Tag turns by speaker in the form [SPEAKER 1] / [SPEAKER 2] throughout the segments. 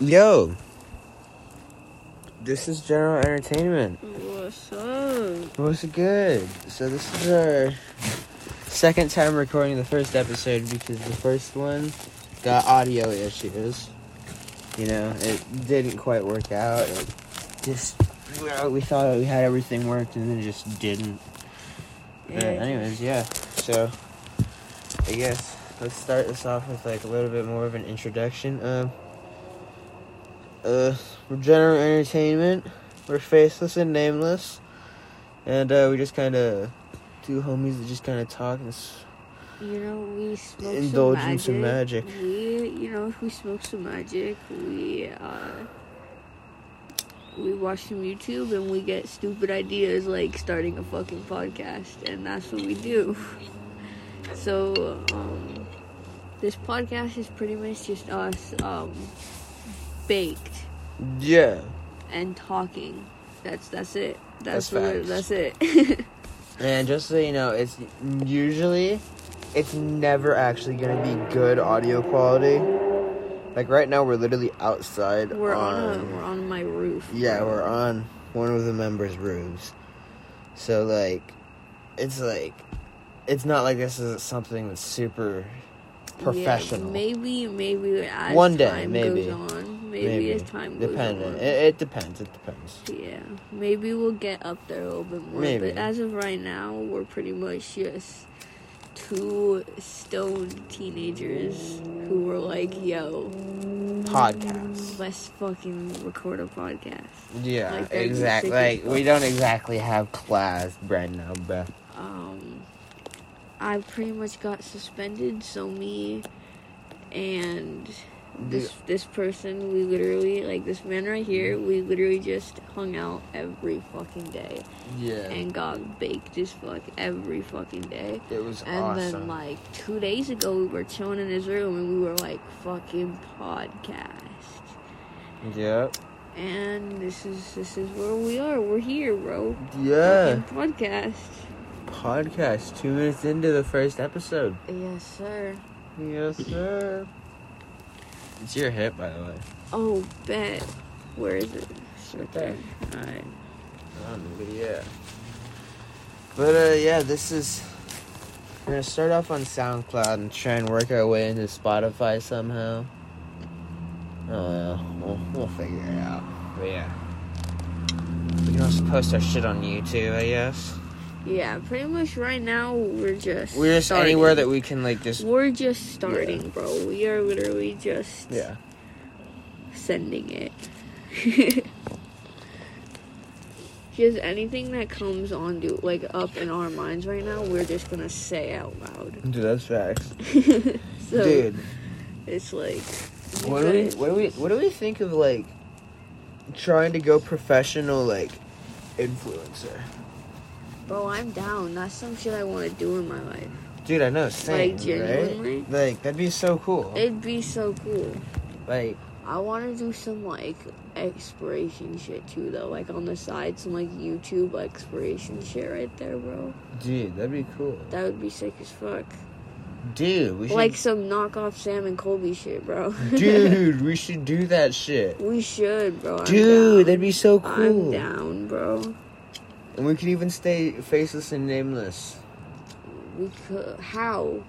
[SPEAKER 1] Yo, this is general entertainment.
[SPEAKER 2] What's up?
[SPEAKER 1] What's good? So this is our second time recording the first episode because the first one got audio issues. You know, it didn't quite work out. It just well, we thought we had everything worked and then it just didn't. But
[SPEAKER 2] Yeah.
[SPEAKER 1] anyways, yeah. So I guess let's start this off with like a little bit more of an introduction. Um, uh, we're General Entertainment. We're faceless and nameless, and uh, we just kind of two homies that just kind of talk and s-
[SPEAKER 2] You know, we smoke
[SPEAKER 1] Indulge
[SPEAKER 2] some
[SPEAKER 1] in
[SPEAKER 2] magic.
[SPEAKER 1] some
[SPEAKER 2] We, you know, we smoke some magic. We, uh, we watch some YouTube and we get stupid ideas like starting a fucking podcast, and that's what we do. So, um, this podcast is pretty much just us, um, baked
[SPEAKER 1] yeah.
[SPEAKER 2] and talking. That's that's it.
[SPEAKER 1] That's
[SPEAKER 2] That's what it-
[SPEAKER 1] facts.
[SPEAKER 2] that's it.
[SPEAKER 1] And just so you know, it's usually it's never actually gonna be good audio quality. Like right now, we're literally outside.
[SPEAKER 2] we're on a, we're on my roof.
[SPEAKER 1] Yeah, we're on one of the members' roofs. So like, it's like, it's not like this is something that's super
[SPEAKER 2] Yeah,
[SPEAKER 1] professional.
[SPEAKER 2] maybe, maybe as
[SPEAKER 1] One day,
[SPEAKER 2] time
[SPEAKER 1] maybe.
[SPEAKER 2] goes on, maybe, as time goes
[SPEAKER 1] dependent.
[SPEAKER 2] on.
[SPEAKER 1] It, it depends. It depends.
[SPEAKER 2] yeah, maybe we'll get up there a little bit more.
[SPEAKER 1] Maybe.
[SPEAKER 2] But as of right now, we're pretty much just two stone teenagers who were like, "Yo, Mm,
[SPEAKER 1] Podcasts.
[SPEAKER 2] let's fucking record a podcast."
[SPEAKER 1] Yeah,
[SPEAKER 2] Like, they're
[SPEAKER 1] exactly. Like
[SPEAKER 2] music is
[SPEAKER 1] we don't exactly have class right now, but
[SPEAKER 2] um, I pretty much got suspended. So me and this this person, we literally like this man right here.
[SPEAKER 1] Mm-hmm.
[SPEAKER 2] We literally just hung out every fucking day
[SPEAKER 1] yeah,
[SPEAKER 2] and got baked as fuck every fucking day.
[SPEAKER 1] it was
[SPEAKER 2] And then
[SPEAKER 1] awesome.
[SPEAKER 2] like two days ago, we were chilling in his room and we were like fucking podcast.
[SPEAKER 1] Yep.
[SPEAKER 2] And this is this is where we are. We're here, bro.
[SPEAKER 1] Yeah.
[SPEAKER 2] Fucking podcast.
[SPEAKER 1] Podcast. Two minutes into the first episode.
[SPEAKER 2] Yes, sir.
[SPEAKER 1] Yes, sir. It's your hit, by the way.
[SPEAKER 2] Oh, bet. Where is it? It's right
[SPEAKER 1] there.
[SPEAKER 2] there. Alright.
[SPEAKER 1] but yeah. But uh, yeah, this is. We're gonna start off on SoundCloud and try and work our way into Spotify somehow. Oh well, we'll, we'll figure it out. But yeah, we can also post our shit on YouTube, I guess.
[SPEAKER 2] Yeah, pretty much right now we're just.
[SPEAKER 1] We're just
[SPEAKER 2] starting.
[SPEAKER 1] anywhere that we can like just.
[SPEAKER 2] We're just starting, bro. We are literally just
[SPEAKER 1] Yeah.
[SPEAKER 2] sending it. just anything that comes on, do like up in our minds right now, we're just gonna say out loud.
[SPEAKER 1] Dude, that's facts.
[SPEAKER 2] So
[SPEAKER 1] Dude,
[SPEAKER 2] it's like. you
[SPEAKER 1] what do we
[SPEAKER 2] guys-
[SPEAKER 1] what do we what do we think of like trying to go professional like influencer?
[SPEAKER 2] Bro, I'm down. That's some shit I want to do in my life.
[SPEAKER 1] Dude, I know, same,
[SPEAKER 2] Like, genuinely?
[SPEAKER 1] right? Like, that'd be so cool.
[SPEAKER 2] It'd be so cool.
[SPEAKER 1] like,
[SPEAKER 2] I want to do some like exploration shit too, though. Like on the side, some like YouTube exploration shit right there, bro.
[SPEAKER 1] dude, that'd be cool.
[SPEAKER 2] That would be sick as fuck.
[SPEAKER 1] Dude, we should.
[SPEAKER 2] Like some knockoff Sam and Colby shit, bro.
[SPEAKER 1] dude, we should do that shit.
[SPEAKER 2] we should, bro. I'm
[SPEAKER 1] Dude,
[SPEAKER 2] down.
[SPEAKER 1] that'd be so
[SPEAKER 2] I'm
[SPEAKER 1] cool.
[SPEAKER 2] down, bro.
[SPEAKER 1] And we could even stay faceless and nameless.
[SPEAKER 2] We could. How?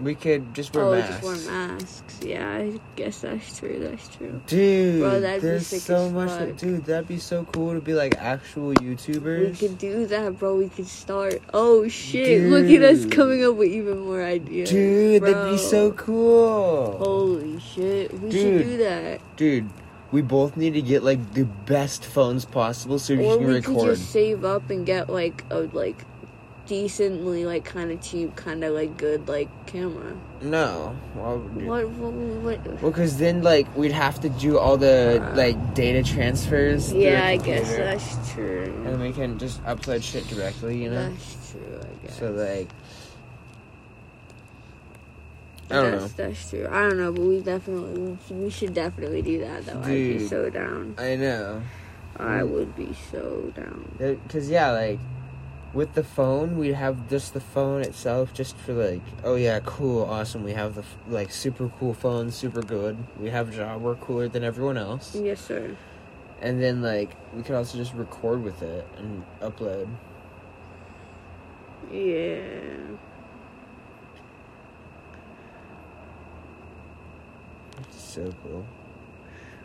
[SPEAKER 1] We could just wear
[SPEAKER 2] oh,
[SPEAKER 1] masks.
[SPEAKER 2] just wear masks. Yeah, I guess that's true. That's true.
[SPEAKER 1] Dude,
[SPEAKER 2] Bro, that'd be
[SPEAKER 1] there's
[SPEAKER 2] sick
[SPEAKER 1] so
[SPEAKER 2] as
[SPEAKER 1] much.
[SPEAKER 2] fuck.
[SPEAKER 1] that- dude, that'd be so cool to be like actual
[SPEAKER 2] We
[SPEAKER 1] YouTubers.
[SPEAKER 2] could do that, bro. We could start. Oh shit! Look at us
[SPEAKER 1] Dude.
[SPEAKER 2] coming up with even more ideas.
[SPEAKER 1] dude, that'd
[SPEAKER 2] bro.
[SPEAKER 1] be so cool.
[SPEAKER 2] Holy shit, we
[SPEAKER 1] Dude.
[SPEAKER 2] should do that.
[SPEAKER 1] Dude, we both need to get like the best phones possible so we
[SPEAKER 2] Or
[SPEAKER 1] can
[SPEAKER 2] we could
[SPEAKER 1] record.
[SPEAKER 2] just save up and get like a like decently like kind of cheap, kind of like good like camera.
[SPEAKER 1] No. Well, dude.
[SPEAKER 2] What what what?
[SPEAKER 1] Well, because then like we'd have to do all the
[SPEAKER 2] Uh,
[SPEAKER 1] like data transfers. through
[SPEAKER 2] yeah,
[SPEAKER 1] the
[SPEAKER 2] I guess
[SPEAKER 1] computer,
[SPEAKER 2] that's true.
[SPEAKER 1] And we can just upload shit directly, you know.
[SPEAKER 2] That's true. I guess.
[SPEAKER 1] So like, I don't know.
[SPEAKER 2] that's, That's true. I don't know, but we definitely we should definitely do that though. I'd be
[SPEAKER 1] Dude. Mm.
[SPEAKER 2] so down.
[SPEAKER 1] I know.
[SPEAKER 2] I would be so down.
[SPEAKER 1] Because yeah, like with the phone, we'd have just the phone itself, just for like, oh yeah, cool, awesome. We have the f- like super cool phone, super good. We have a job, we're cooler than everyone else.
[SPEAKER 2] Yes, sir.
[SPEAKER 1] And then like we could also just record with it and upload.
[SPEAKER 2] Yeah.
[SPEAKER 1] It's so cool,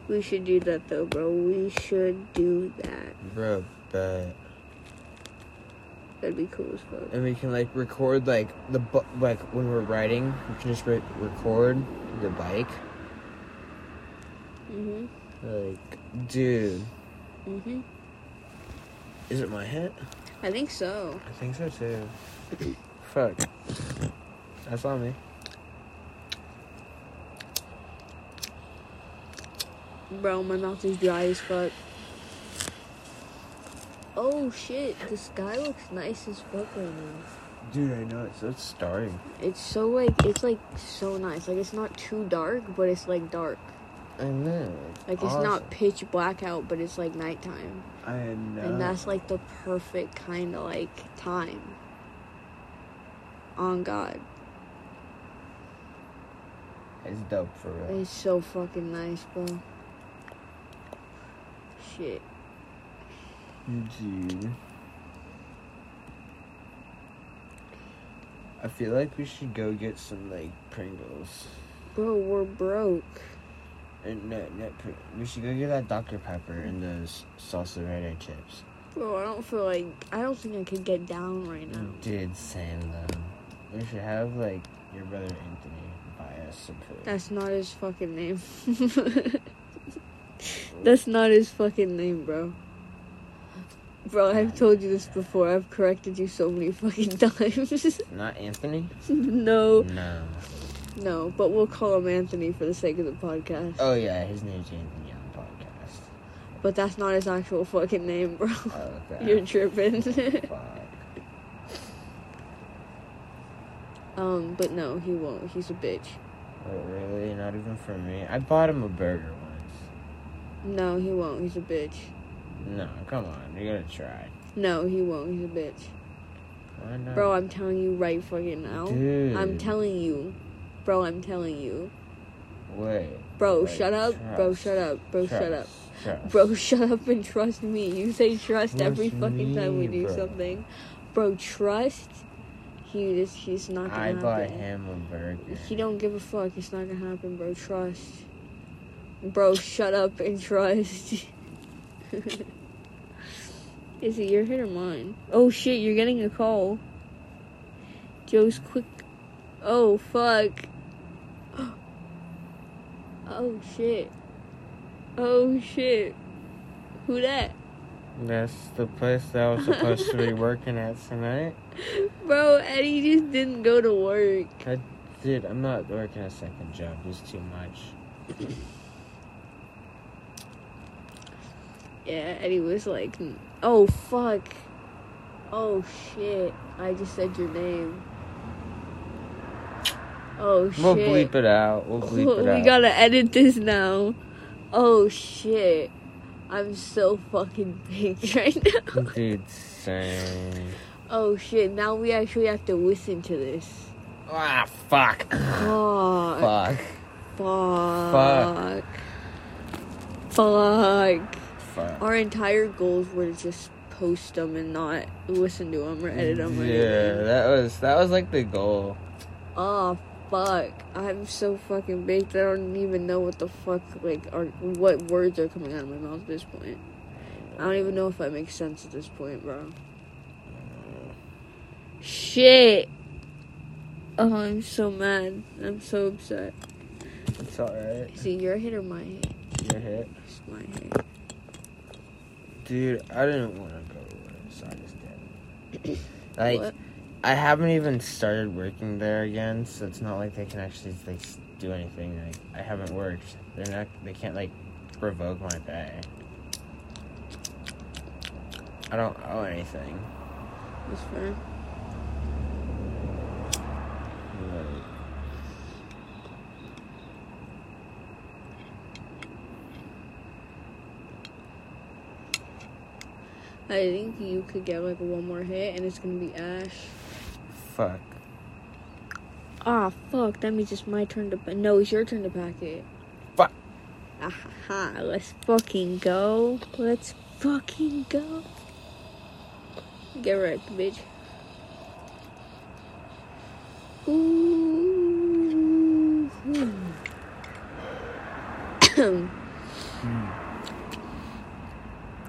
[SPEAKER 2] We should do that though, bro. We should do that.
[SPEAKER 1] bro. But
[SPEAKER 2] That'd be cool as fuck.
[SPEAKER 1] and we can like record like the bu- like when we're riding, we can just re- record the bike.
[SPEAKER 2] Mhm.
[SPEAKER 1] Like, dude,
[SPEAKER 2] Mhm.
[SPEAKER 1] is it my hit?
[SPEAKER 2] I think so.
[SPEAKER 1] I think so too. Fuck. That's on me.
[SPEAKER 2] Bro, my mouth is dry as fuck. Oh shit, the sky looks nice as fuck right now.
[SPEAKER 1] Dude, I know it's it's starting.
[SPEAKER 2] It's so like it's like so nice. Like it's not too dark, but it's like dark.
[SPEAKER 1] I know.
[SPEAKER 2] Like it's
[SPEAKER 1] Oh,
[SPEAKER 2] not pitch black out, but it's like nighttime.
[SPEAKER 1] I know.
[SPEAKER 2] And that's like the perfect kind of like time. On God.
[SPEAKER 1] it's dope for real.
[SPEAKER 2] It's so fucking nice, bro. Shit.
[SPEAKER 1] Dude. I feel like we should go get some like Pringles.
[SPEAKER 2] Bro, we're broke.
[SPEAKER 1] And no, no, Pr- we should go get that Dr Pepper and those salsa verde chips.
[SPEAKER 2] Bro, I don't feel like. I don't think I could get down right now.
[SPEAKER 1] Dude, same though. We should have like your brother Anthony buy us some food.
[SPEAKER 2] That's not his fucking name. That's not his fucking name, bro. Bro, I've told you this before. I've corrected you so many fucking times.
[SPEAKER 1] Not Anthony?
[SPEAKER 2] no,
[SPEAKER 1] No.
[SPEAKER 2] no, but we'll call him Anthony for the sake of the podcast.
[SPEAKER 1] Oh yeah, his name's Anthony on the podcast.
[SPEAKER 2] But that's not his actual fucking name, bro.
[SPEAKER 1] Oh, okay.
[SPEAKER 2] You're tripping.
[SPEAKER 1] Fuck.
[SPEAKER 2] um, but no, he won't. He's a bitch.
[SPEAKER 1] Wait, really? Not even for me? I bought him a burger once.
[SPEAKER 2] No, he won't. He's a bitch.
[SPEAKER 1] No, come on. You gotta try.
[SPEAKER 2] No, he won't. He's a bitch.
[SPEAKER 1] Why not?
[SPEAKER 2] Bro, I'm telling you right fucking now.
[SPEAKER 1] Dude.
[SPEAKER 2] I'm telling you. Bro, I'm telling you.
[SPEAKER 1] Wait.
[SPEAKER 2] Bro,
[SPEAKER 1] Wait,
[SPEAKER 2] shut up. Bro,
[SPEAKER 1] trust.
[SPEAKER 2] shut up. Bro, shut up.
[SPEAKER 1] Trust. Trust.
[SPEAKER 2] Bro, shut up and trust me. You say trust,
[SPEAKER 1] Trust
[SPEAKER 2] every fucking time we
[SPEAKER 1] me,
[SPEAKER 2] do
[SPEAKER 1] bro.
[SPEAKER 2] something. Bro, trust. He just, he's not gonna
[SPEAKER 1] I
[SPEAKER 2] happen.
[SPEAKER 1] bought him a burger.
[SPEAKER 2] He don't give a fuck. It's not gonna happen, bro. Trust. Bro, shut up and trust. Is it your hit or mine? Oh shit, you're getting a call. Joe's quick. Oh fuck. Oh shit. Oh shit. Who that?
[SPEAKER 1] That's the place that I was supposed to be working at tonight.
[SPEAKER 2] Bro, Eddie just didn't go to work.
[SPEAKER 1] Dude, I'm not working a second job. It's too much.
[SPEAKER 2] Yeah, and he was like, "Oh fuck, oh shit, I just said your name." Oh shit,
[SPEAKER 1] We'll bleep it out. We'll bleep it out.
[SPEAKER 2] we gotta edit this now. Oh shit, I'm so fucking baked right now.
[SPEAKER 1] Dude, same.
[SPEAKER 2] oh shit, now we actually have to listen to this.
[SPEAKER 1] Ah, fuck.
[SPEAKER 2] Fuck,
[SPEAKER 1] Fuck.
[SPEAKER 2] fuck, fuck. fuck.
[SPEAKER 1] Fuck.
[SPEAKER 2] Our entire goals were to just post them and not listen to them or edit them. Or
[SPEAKER 1] Yeah,
[SPEAKER 2] anything.
[SPEAKER 1] that was that was like the goal.
[SPEAKER 2] Oh fuck! I'm so fucking baked. I don't even know what the fuck like are what words are coming out of my mouth at this point. I don't even know if I make sense at this point, bro. Shit. Oh, I'm so mad. I'm so upset.
[SPEAKER 1] It's alright.
[SPEAKER 2] Is it your hit or my hit?
[SPEAKER 1] Your hit.
[SPEAKER 2] It's my hit.
[SPEAKER 1] Dude, I didn't want to go to work, so I just did. Like,
[SPEAKER 2] What?
[SPEAKER 1] I haven't even started working there again, so it's not like they can actually like s- do anything. Like, I haven't worked. They're not. They can't like revoke my pay. I don't owe anything.
[SPEAKER 2] That's fair.
[SPEAKER 1] Like,
[SPEAKER 2] I think you could get like one more hit and it's gonna be Ash.
[SPEAKER 1] Fuck.
[SPEAKER 2] Ah, fuck. That means it's my turn to. Pa- no, it's your turn to pack it.
[SPEAKER 1] Fuck.
[SPEAKER 2] Aha, let's fucking go. Let's fucking go. Get wrecked, bitch. Ooh.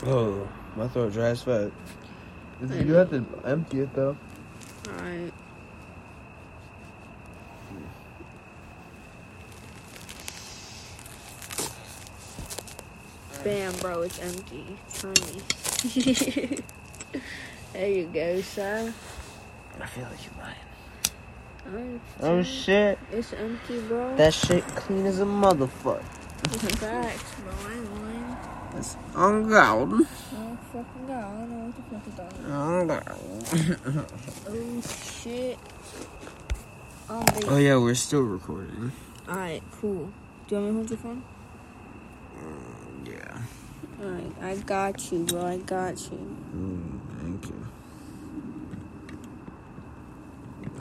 [SPEAKER 1] Oh, my throat dry as fuck.
[SPEAKER 2] I
[SPEAKER 1] You
[SPEAKER 2] know.
[SPEAKER 1] have to empty it though.
[SPEAKER 2] Alright.
[SPEAKER 1] Hmm.
[SPEAKER 2] Bam, bro, it's empty. Tiny. there you go, sir.
[SPEAKER 1] I feel like you're lying.
[SPEAKER 2] Alright,
[SPEAKER 1] Oh
[SPEAKER 2] sir.
[SPEAKER 1] shit.
[SPEAKER 2] It's empty, bro.
[SPEAKER 1] That shit clean as a motherfucker.
[SPEAKER 2] Facts, bro. I ain't lying.
[SPEAKER 1] It's on God.
[SPEAKER 2] Oh, fucking God. I don't know what the fuck is talking
[SPEAKER 1] On God.
[SPEAKER 2] Oh, shit. Oh,
[SPEAKER 1] oh yeah, we're still recording.
[SPEAKER 2] Alright, cool. Do you want me to hold your phone?
[SPEAKER 1] Yeah.
[SPEAKER 2] Alright, I got you, bro. I got you.
[SPEAKER 1] Mm, thank you.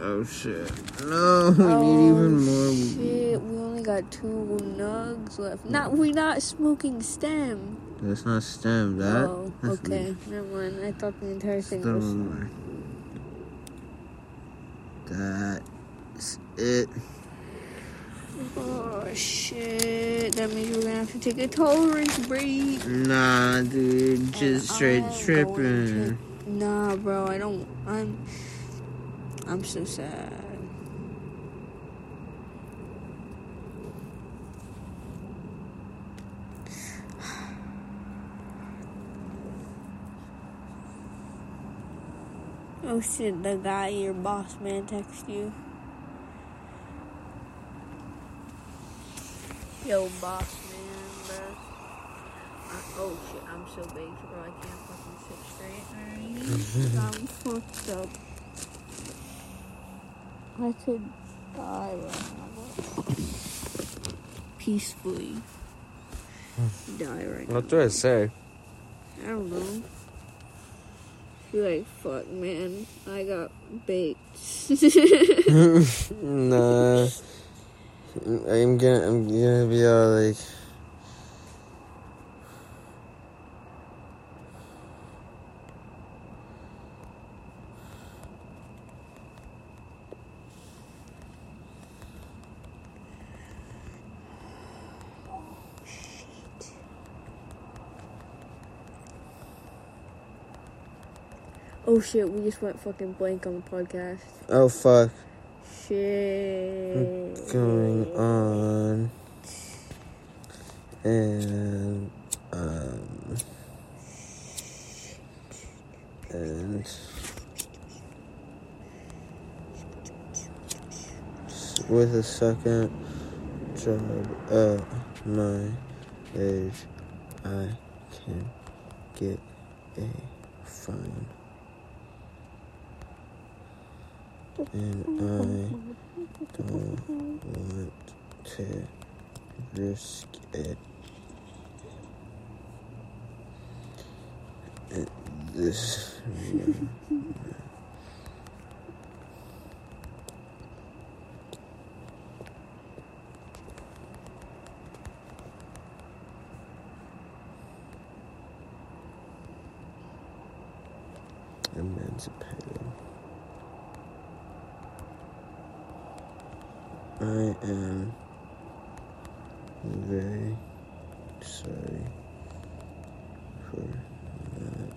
[SPEAKER 1] Oh shit. No, we need even more weed.
[SPEAKER 2] Oh, Shit, we only got two nugs left. Not we not smoking stem.
[SPEAKER 1] That's not stem, that.
[SPEAKER 2] oh,
[SPEAKER 1] that's
[SPEAKER 2] okay.
[SPEAKER 1] weed.
[SPEAKER 2] Never mind. I thought the entire thing
[SPEAKER 1] Still
[SPEAKER 2] was
[SPEAKER 1] more. That's it.
[SPEAKER 2] Oh shit. That means we're gonna have to take a tolerance break.
[SPEAKER 1] Nah, dude,
[SPEAKER 2] And
[SPEAKER 1] just straight
[SPEAKER 2] I'm
[SPEAKER 1] tripping.
[SPEAKER 2] going Nah bro, I don't I'm I'm so sad. Oh shit, the guy, your boss man, text you. Yo, boss man, bro. I, oh shit, I'm so baked, bro. I can't fucking sit straight. Alright? I'm fucked up. I could die right now, bro. Peacefully. die right now.
[SPEAKER 1] do I say?
[SPEAKER 2] I don't know. You're like, fuck, man. I got baked.
[SPEAKER 1] nah. I'm gonna I'm gonna be all like
[SPEAKER 2] oh shit, we just went fucking blank on the podcast.
[SPEAKER 1] oh fuck
[SPEAKER 2] Shit.
[SPEAKER 1] going on and um and s- with a second job at my age I can get a phone and I don't want to risk it at this moment. Emancipated. I am very sorry for that.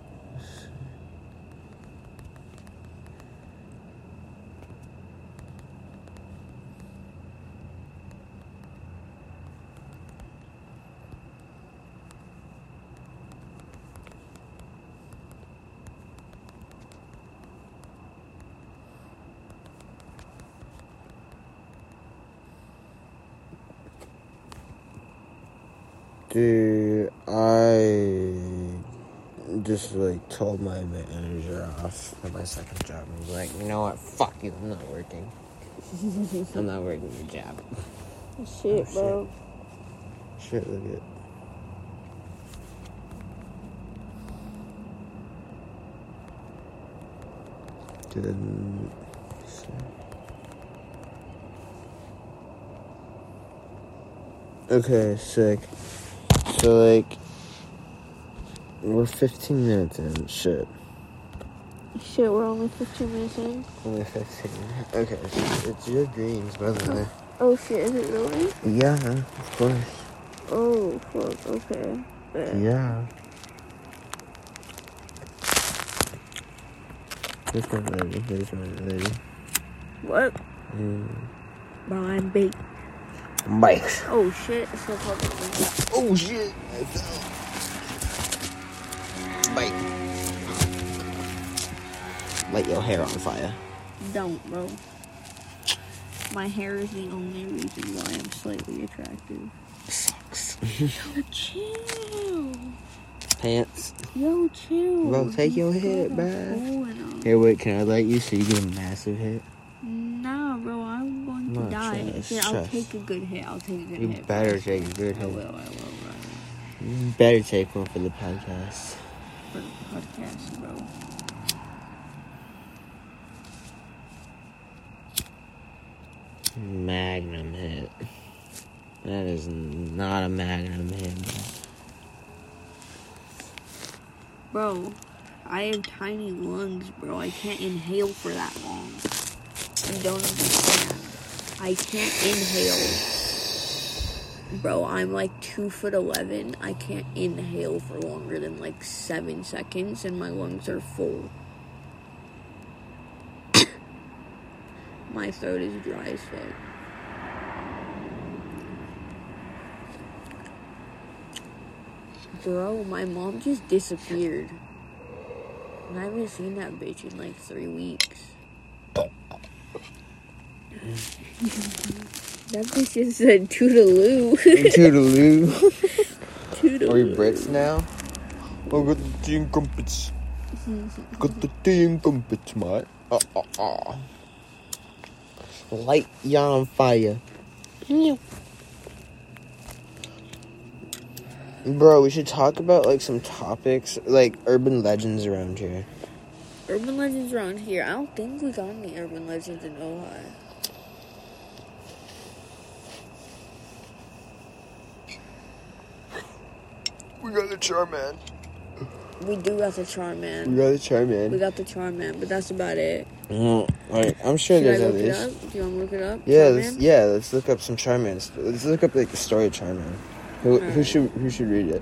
[SPEAKER 1] Dude, I just like told my manager off at my second job. I was like, you know what? Fuck you. I'm not working. I'm not working your job.
[SPEAKER 2] Shit, bro.
[SPEAKER 1] Shit, look at. Didn't. Okay, sick. So like, we're 15 minutes in. Shit.
[SPEAKER 2] Shit, we're only 15 minutes in.
[SPEAKER 1] Only 15. Okay, it's, it's your greens, by the way.
[SPEAKER 2] Oh shit, is it really?
[SPEAKER 1] Yeah, of course.
[SPEAKER 2] Oh fuck, okay. Bet.
[SPEAKER 1] Yeah. This one ready. This one ready.
[SPEAKER 2] What?
[SPEAKER 1] Mm.
[SPEAKER 2] Behind bait.
[SPEAKER 1] Bikes.
[SPEAKER 2] Oh shit, it's so fucking
[SPEAKER 1] Oh shit! I fell. Bike. Light your hair on fire.
[SPEAKER 2] Don't, bro. My hair is the only reason why I'm slightly attractive.
[SPEAKER 1] Sucks.
[SPEAKER 2] Yo, chill.
[SPEAKER 1] Pants.
[SPEAKER 2] Yo, chill.
[SPEAKER 1] Bro, take
[SPEAKER 2] You
[SPEAKER 1] your hit,
[SPEAKER 2] fucking
[SPEAKER 1] bruh.
[SPEAKER 2] fooling 'em.
[SPEAKER 1] Here, wait. Can I light you so you get a massive hit?
[SPEAKER 2] Nah, bro, I'm going to
[SPEAKER 1] No,
[SPEAKER 2] die.
[SPEAKER 1] trust,
[SPEAKER 2] Here, I'll
[SPEAKER 1] trust.
[SPEAKER 2] take a good hit. I'll take a good
[SPEAKER 1] You
[SPEAKER 2] hit.
[SPEAKER 1] better
[SPEAKER 2] bro.
[SPEAKER 1] take a good
[SPEAKER 2] I will, I
[SPEAKER 1] hit.
[SPEAKER 2] will, bro.
[SPEAKER 1] You better take one for the podcast.
[SPEAKER 2] For the podcast, bro.
[SPEAKER 1] Magnum hit. That is not a magnum hit. bro.
[SPEAKER 2] Bro, I have tiny lungs, bro. I can't inhale for that long. You don't understand. I can't inhale. Bro, I'm like two foot eleven. I can't inhale for longer than like seven seconds, and my lungs are full. my throat is dry as fuck. Bro, my mom just disappeared. And I haven't seen that bitch in like three weeks. that bitch just said toodaloo.
[SPEAKER 1] Toodaloo.
[SPEAKER 2] toodaloo.
[SPEAKER 1] Are we Brits now? I got the tea and crumpets. got the tea and crumpets, mate. Uh, uh, uh. Light you on fire. Bro, we should talk about like some topics, like urban legends around here.
[SPEAKER 2] Urban legends around here. I don't think we got any urban legends in Ohio.
[SPEAKER 1] We got the Charman.
[SPEAKER 2] We do got the
[SPEAKER 1] We
[SPEAKER 2] Charman.
[SPEAKER 1] got the
[SPEAKER 2] We
[SPEAKER 1] Charman.
[SPEAKER 2] got the Charman, but that's about it.
[SPEAKER 1] No, like I'm sure
[SPEAKER 2] Should I
[SPEAKER 1] there's
[SPEAKER 2] look
[SPEAKER 1] at
[SPEAKER 2] it
[SPEAKER 1] least.
[SPEAKER 2] up? Do you want to look it up?
[SPEAKER 1] Yeah, let's,
[SPEAKER 2] Charman?
[SPEAKER 1] yeah. Let's look up some Charmans. Let's look up like the story of Charman. Who, who
[SPEAKER 2] Alright.
[SPEAKER 1] should who should read it?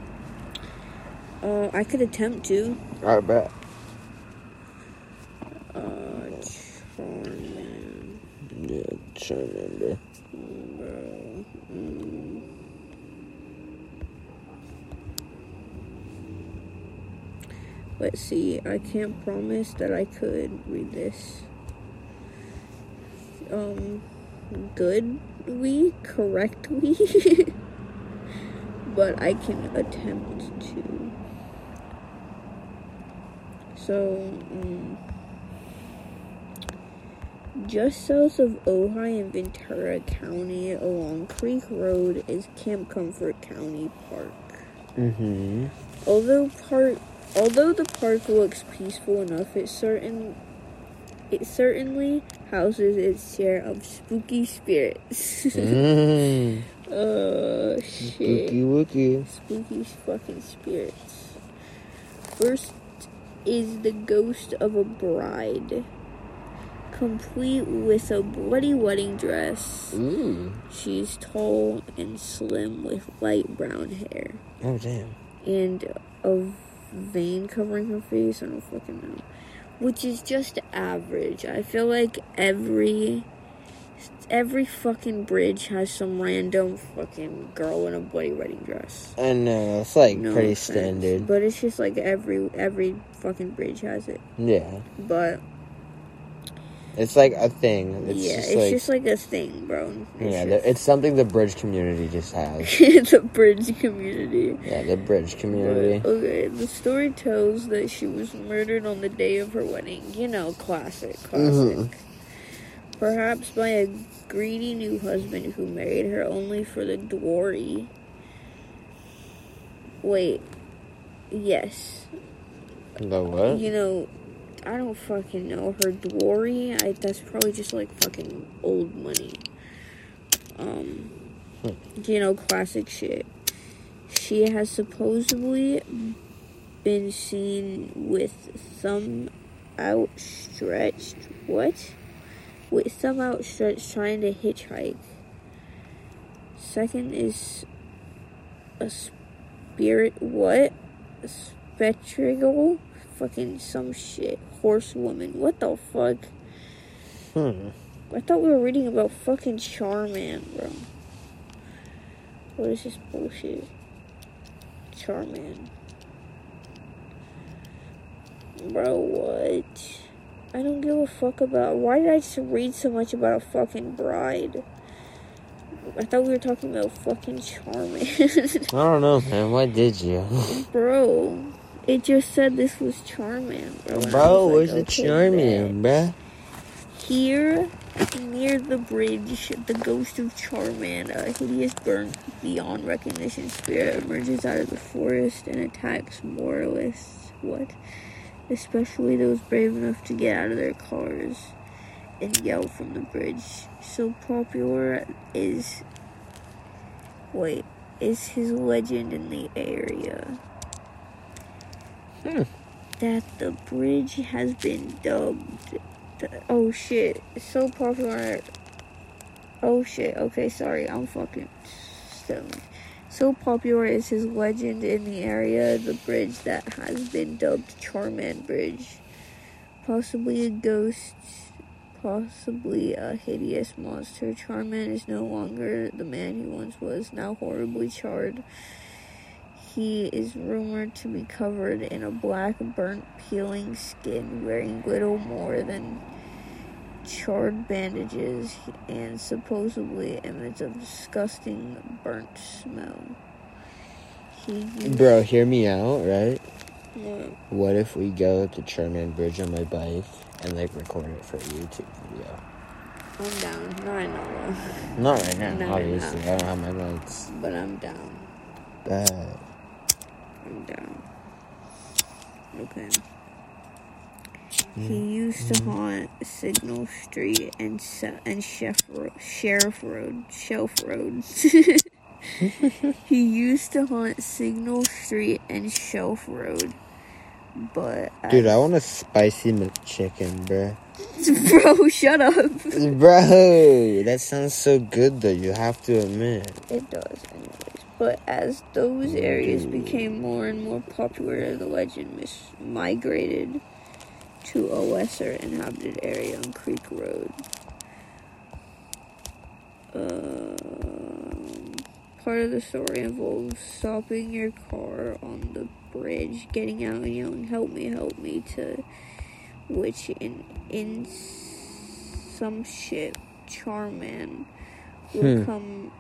[SPEAKER 2] Uh, I could attempt to.
[SPEAKER 1] All right, bet.
[SPEAKER 2] Uh, Charman.
[SPEAKER 1] Yeah, Charman, bro.
[SPEAKER 2] Bro. Mm. Let's see. I can't promise that I could read this. Um, good we correctly, but I can attempt to. So, mm, just south of Ojai in Ventura County along Creek Road is Camp Comfort County Park.
[SPEAKER 1] Mm-hmm.
[SPEAKER 2] Although park although the park looks peaceful enough, it certain it certainly houses its share of spooky spirits.
[SPEAKER 1] Mm.
[SPEAKER 2] Mm-hmm. uh shit.
[SPEAKER 1] Wookie wookie.
[SPEAKER 2] spooky fucking spirits. First is the ghost of a bride, complete with a bloody wedding dress.
[SPEAKER 1] Ooh.
[SPEAKER 2] Mm. She's tall and slim with light brown hair
[SPEAKER 1] Oh damn.
[SPEAKER 2] and a vein covering her face. I don't fucking know. Which is just average. I feel like every every fucking bridge has some random fucking girl in a bloody wedding dress
[SPEAKER 1] I know it's like
[SPEAKER 2] no
[SPEAKER 1] pretty
[SPEAKER 2] offense,
[SPEAKER 1] standard.
[SPEAKER 2] But it's just like every every fucking bridge has it.
[SPEAKER 1] yeah,
[SPEAKER 2] But
[SPEAKER 1] it's like a thing. It's
[SPEAKER 2] yeah,
[SPEAKER 1] just
[SPEAKER 2] it's
[SPEAKER 1] like
[SPEAKER 2] just like a thing, bro. It's
[SPEAKER 1] yeah,
[SPEAKER 2] just-
[SPEAKER 1] the- it's something the bridge community just has.
[SPEAKER 2] it's a bridge community.
[SPEAKER 1] yeah, the bridge
[SPEAKER 2] But,
[SPEAKER 1] community.
[SPEAKER 2] okay, the story tells that she was murdered on the day of her wedding. You know, classic, classic.
[SPEAKER 1] Mhm.
[SPEAKER 2] Perhaps by a greedy new husband who married her only for the glory. Wait, yes,
[SPEAKER 1] The what?
[SPEAKER 2] you know, I don't fucking know her Dory. I that's probably just like fucking old money. Um, you know, classic shit. She has supposedly been seen with thumb outstretched. What? With thumb outstretched, trying to hitchhike. Second is a spirit. What? A spectacle? Fucking some shit. Horse woman. What the fuck?
[SPEAKER 1] Hmm.
[SPEAKER 2] I thought we were reading about fucking Charman, bro. What is this bullshit? Charman. Bro, what? I don't give a fuck about. Why did I just read so much about a fucking bride? I thought we were talking about fucking Charman.
[SPEAKER 1] I don't know, man. Why did you?
[SPEAKER 2] bro, it just said this was Charman, bro. and I
[SPEAKER 1] bro,
[SPEAKER 2] was
[SPEAKER 1] where's
[SPEAKER 2] like,
[SPEAKER 1] the
[SPEAKER 2] okay,
[SPEAKER 1] charm
[SPEAKER 2] bet.
[SPEAKER 1] in, bruh?
[SPEAKER 2] Here, near the bridge, the ghost of Charman, a hideous burn beyond recognition spirit, emerges out of the forest and attacks moralists. What? Especially those brave enough to get out of their cars and yell from the bridge. So popular is. Wait, is his legend in the area?
[SPEAKER 1] Hmm.
[SPEAKER 2] That the bridge has been dubbed the- oh shit, it's so popular. Oh shit, okay, sorry, I'm fucking stoned. So popular is his legend in the area, the bridge that has been dubbed Charman Bridge. Possibly a ghost, possibly a hideous monster. Charman is no longer the man he once was, now horribly charred. He is rumored to be covered in a black, burnt, peeling skin, wearing little more than charred bandages and supposedly emits a disgusting, burnt smell. He used-
[SPEAKER 1] Bro, hear me out, right?
[SPEAKER 2] No.
[SPEAKER 1] What if we go to Charman Bridge on my bike and like record it for a YouTube video?
[SPEAKER 2] I'm down. No, I know,
[SPEAKER 1] Not right now,
[SPEAKER 2] No, no,
[SPEAKER 1] obviously. I don't have my lights.
[SPEAKER 2] but I'm down.
[SPEAKER 1] But
[SPEAKER 2] I'm down. Okay. He used to haunt Signal Street and Se- and Chef Ro- Sheriff Road, Shelf Road. he used to haunt Signal Street and Shelf Road, but uh,
[SPEAKER 1] dude, I want a spicy McChicken, bruh.
[SPEAKER 2] bro, shut up.
[SPEAKER 1] Bro, that sounds so good though. You have to admit.
[SPEAKER 2] It does, anyways. But as those areas became more and more popular, the legend mis- migrated to a lesser inhabited area on Creek Road. Um, part of the story involves stopping your car on the bridge, getting out and yelling, Help me, help me, to which in, in some shit, Charman will
[SPEAKER 1] Hmm.
[SPEAKER 2] come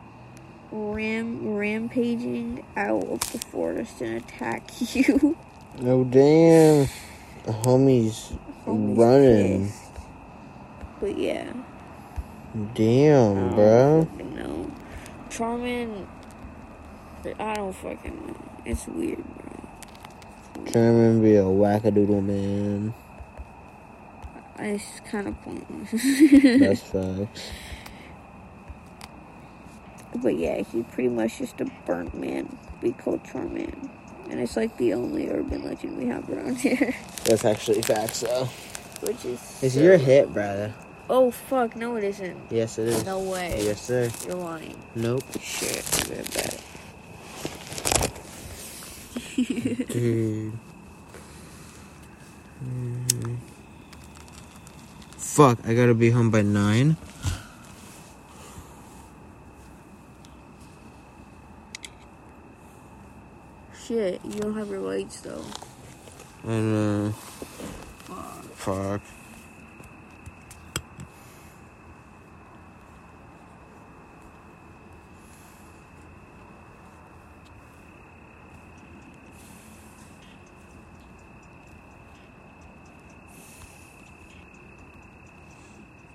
[SPEAKER 2] ram rampaging out of the forest and attack you.
[SPEAKER 1] Oh damn, the homies
[SPEAKER 2] Homies
[SPEAKER 1] running.
[SPEAKER 2] pissed. But yeah. I
[SPEAKER 1] Damn,
[SPEAKER 2] don't
[SPEAKER 1] bro.
[SPEAKER 2] fucking know. Charmin I don't fucking know. It's weird, bro.
[SPEAKER 1] Charman be a wackadoodle man.
[SPEAKER 2] It's kind of pointless.
[SPEAKER 1] That's facts.
[SPEAKER 2] But yeah, he pretty much just a burnt man. We call Charmin. And it's like the only urban legend we have around here.
[SPEAKER 1] That's actually facts though.
[SPEAKER 2] Which is.
[SPEAKER 1] It's
[SPEAKER 2] so-
[SPEAKER 1] your hit, brother.
[SPEAKER 2] Oh, fuck. No, it isn't.
[SPEAKER 1] Yes, it is.
[SPEAKER 2] No way.
[SPEAKER 1] Yes, sir.
[SPEAKER 2] You're lying.
[SPEAKER 1] Nope.
[SPEAKER 2] Shit. I bet that.
[SPEAKER 1] Dude. Mm. Fuck, I gotta be home by nine.
[SPEAKER 2] Shit. You don't have your lights, though.
[SPEAKER 1] And, uh. Fuck.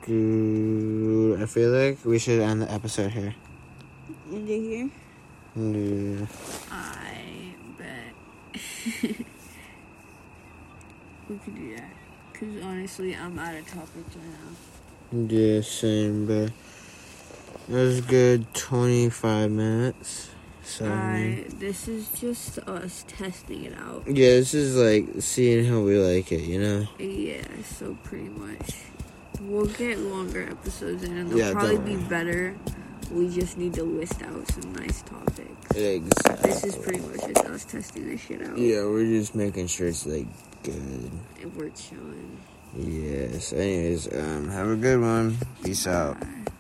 [SPEAKER 1] Dude, I feel like we should end the episode here.
[SPEAKER 2] In here?
[SPEAKER 1] Yeah.
[SPEAKER 2] I bet. we could do that. Because honestly, I'm out of topics right now.
[SPEAKER 1] Yeah, same, but that was good 25 minutes. So,
[SPEAKER 2] I, this is just us testing it out.
[SPEAKER 1] yeah, this is like seeing how we like it, you know?
[SPEAKER 2] Yeah, so pretty much. We'll get longer episodes in, and they'll
[SPEAKER 1] Yeah,
[SPEAKER 2] probably
[SPEAKER 1] don't
[SPEAKER 2] be
[SPEAKER 1] worry.
[SPEAKER 2] better. We just need to list out some nice topics.
[SPEAKER 1] Exactly.
[SPEAKER 2] This is pretty much just us testing this shit out.
[SPEAKER 1] Yeah, we're just making sure it's like good.
[SPEAKER 2] And we're chilling.
[SPEAKER 1] Yes. Anyways, um, have a good one. Peace out.
[SPEAKER 2] Bye.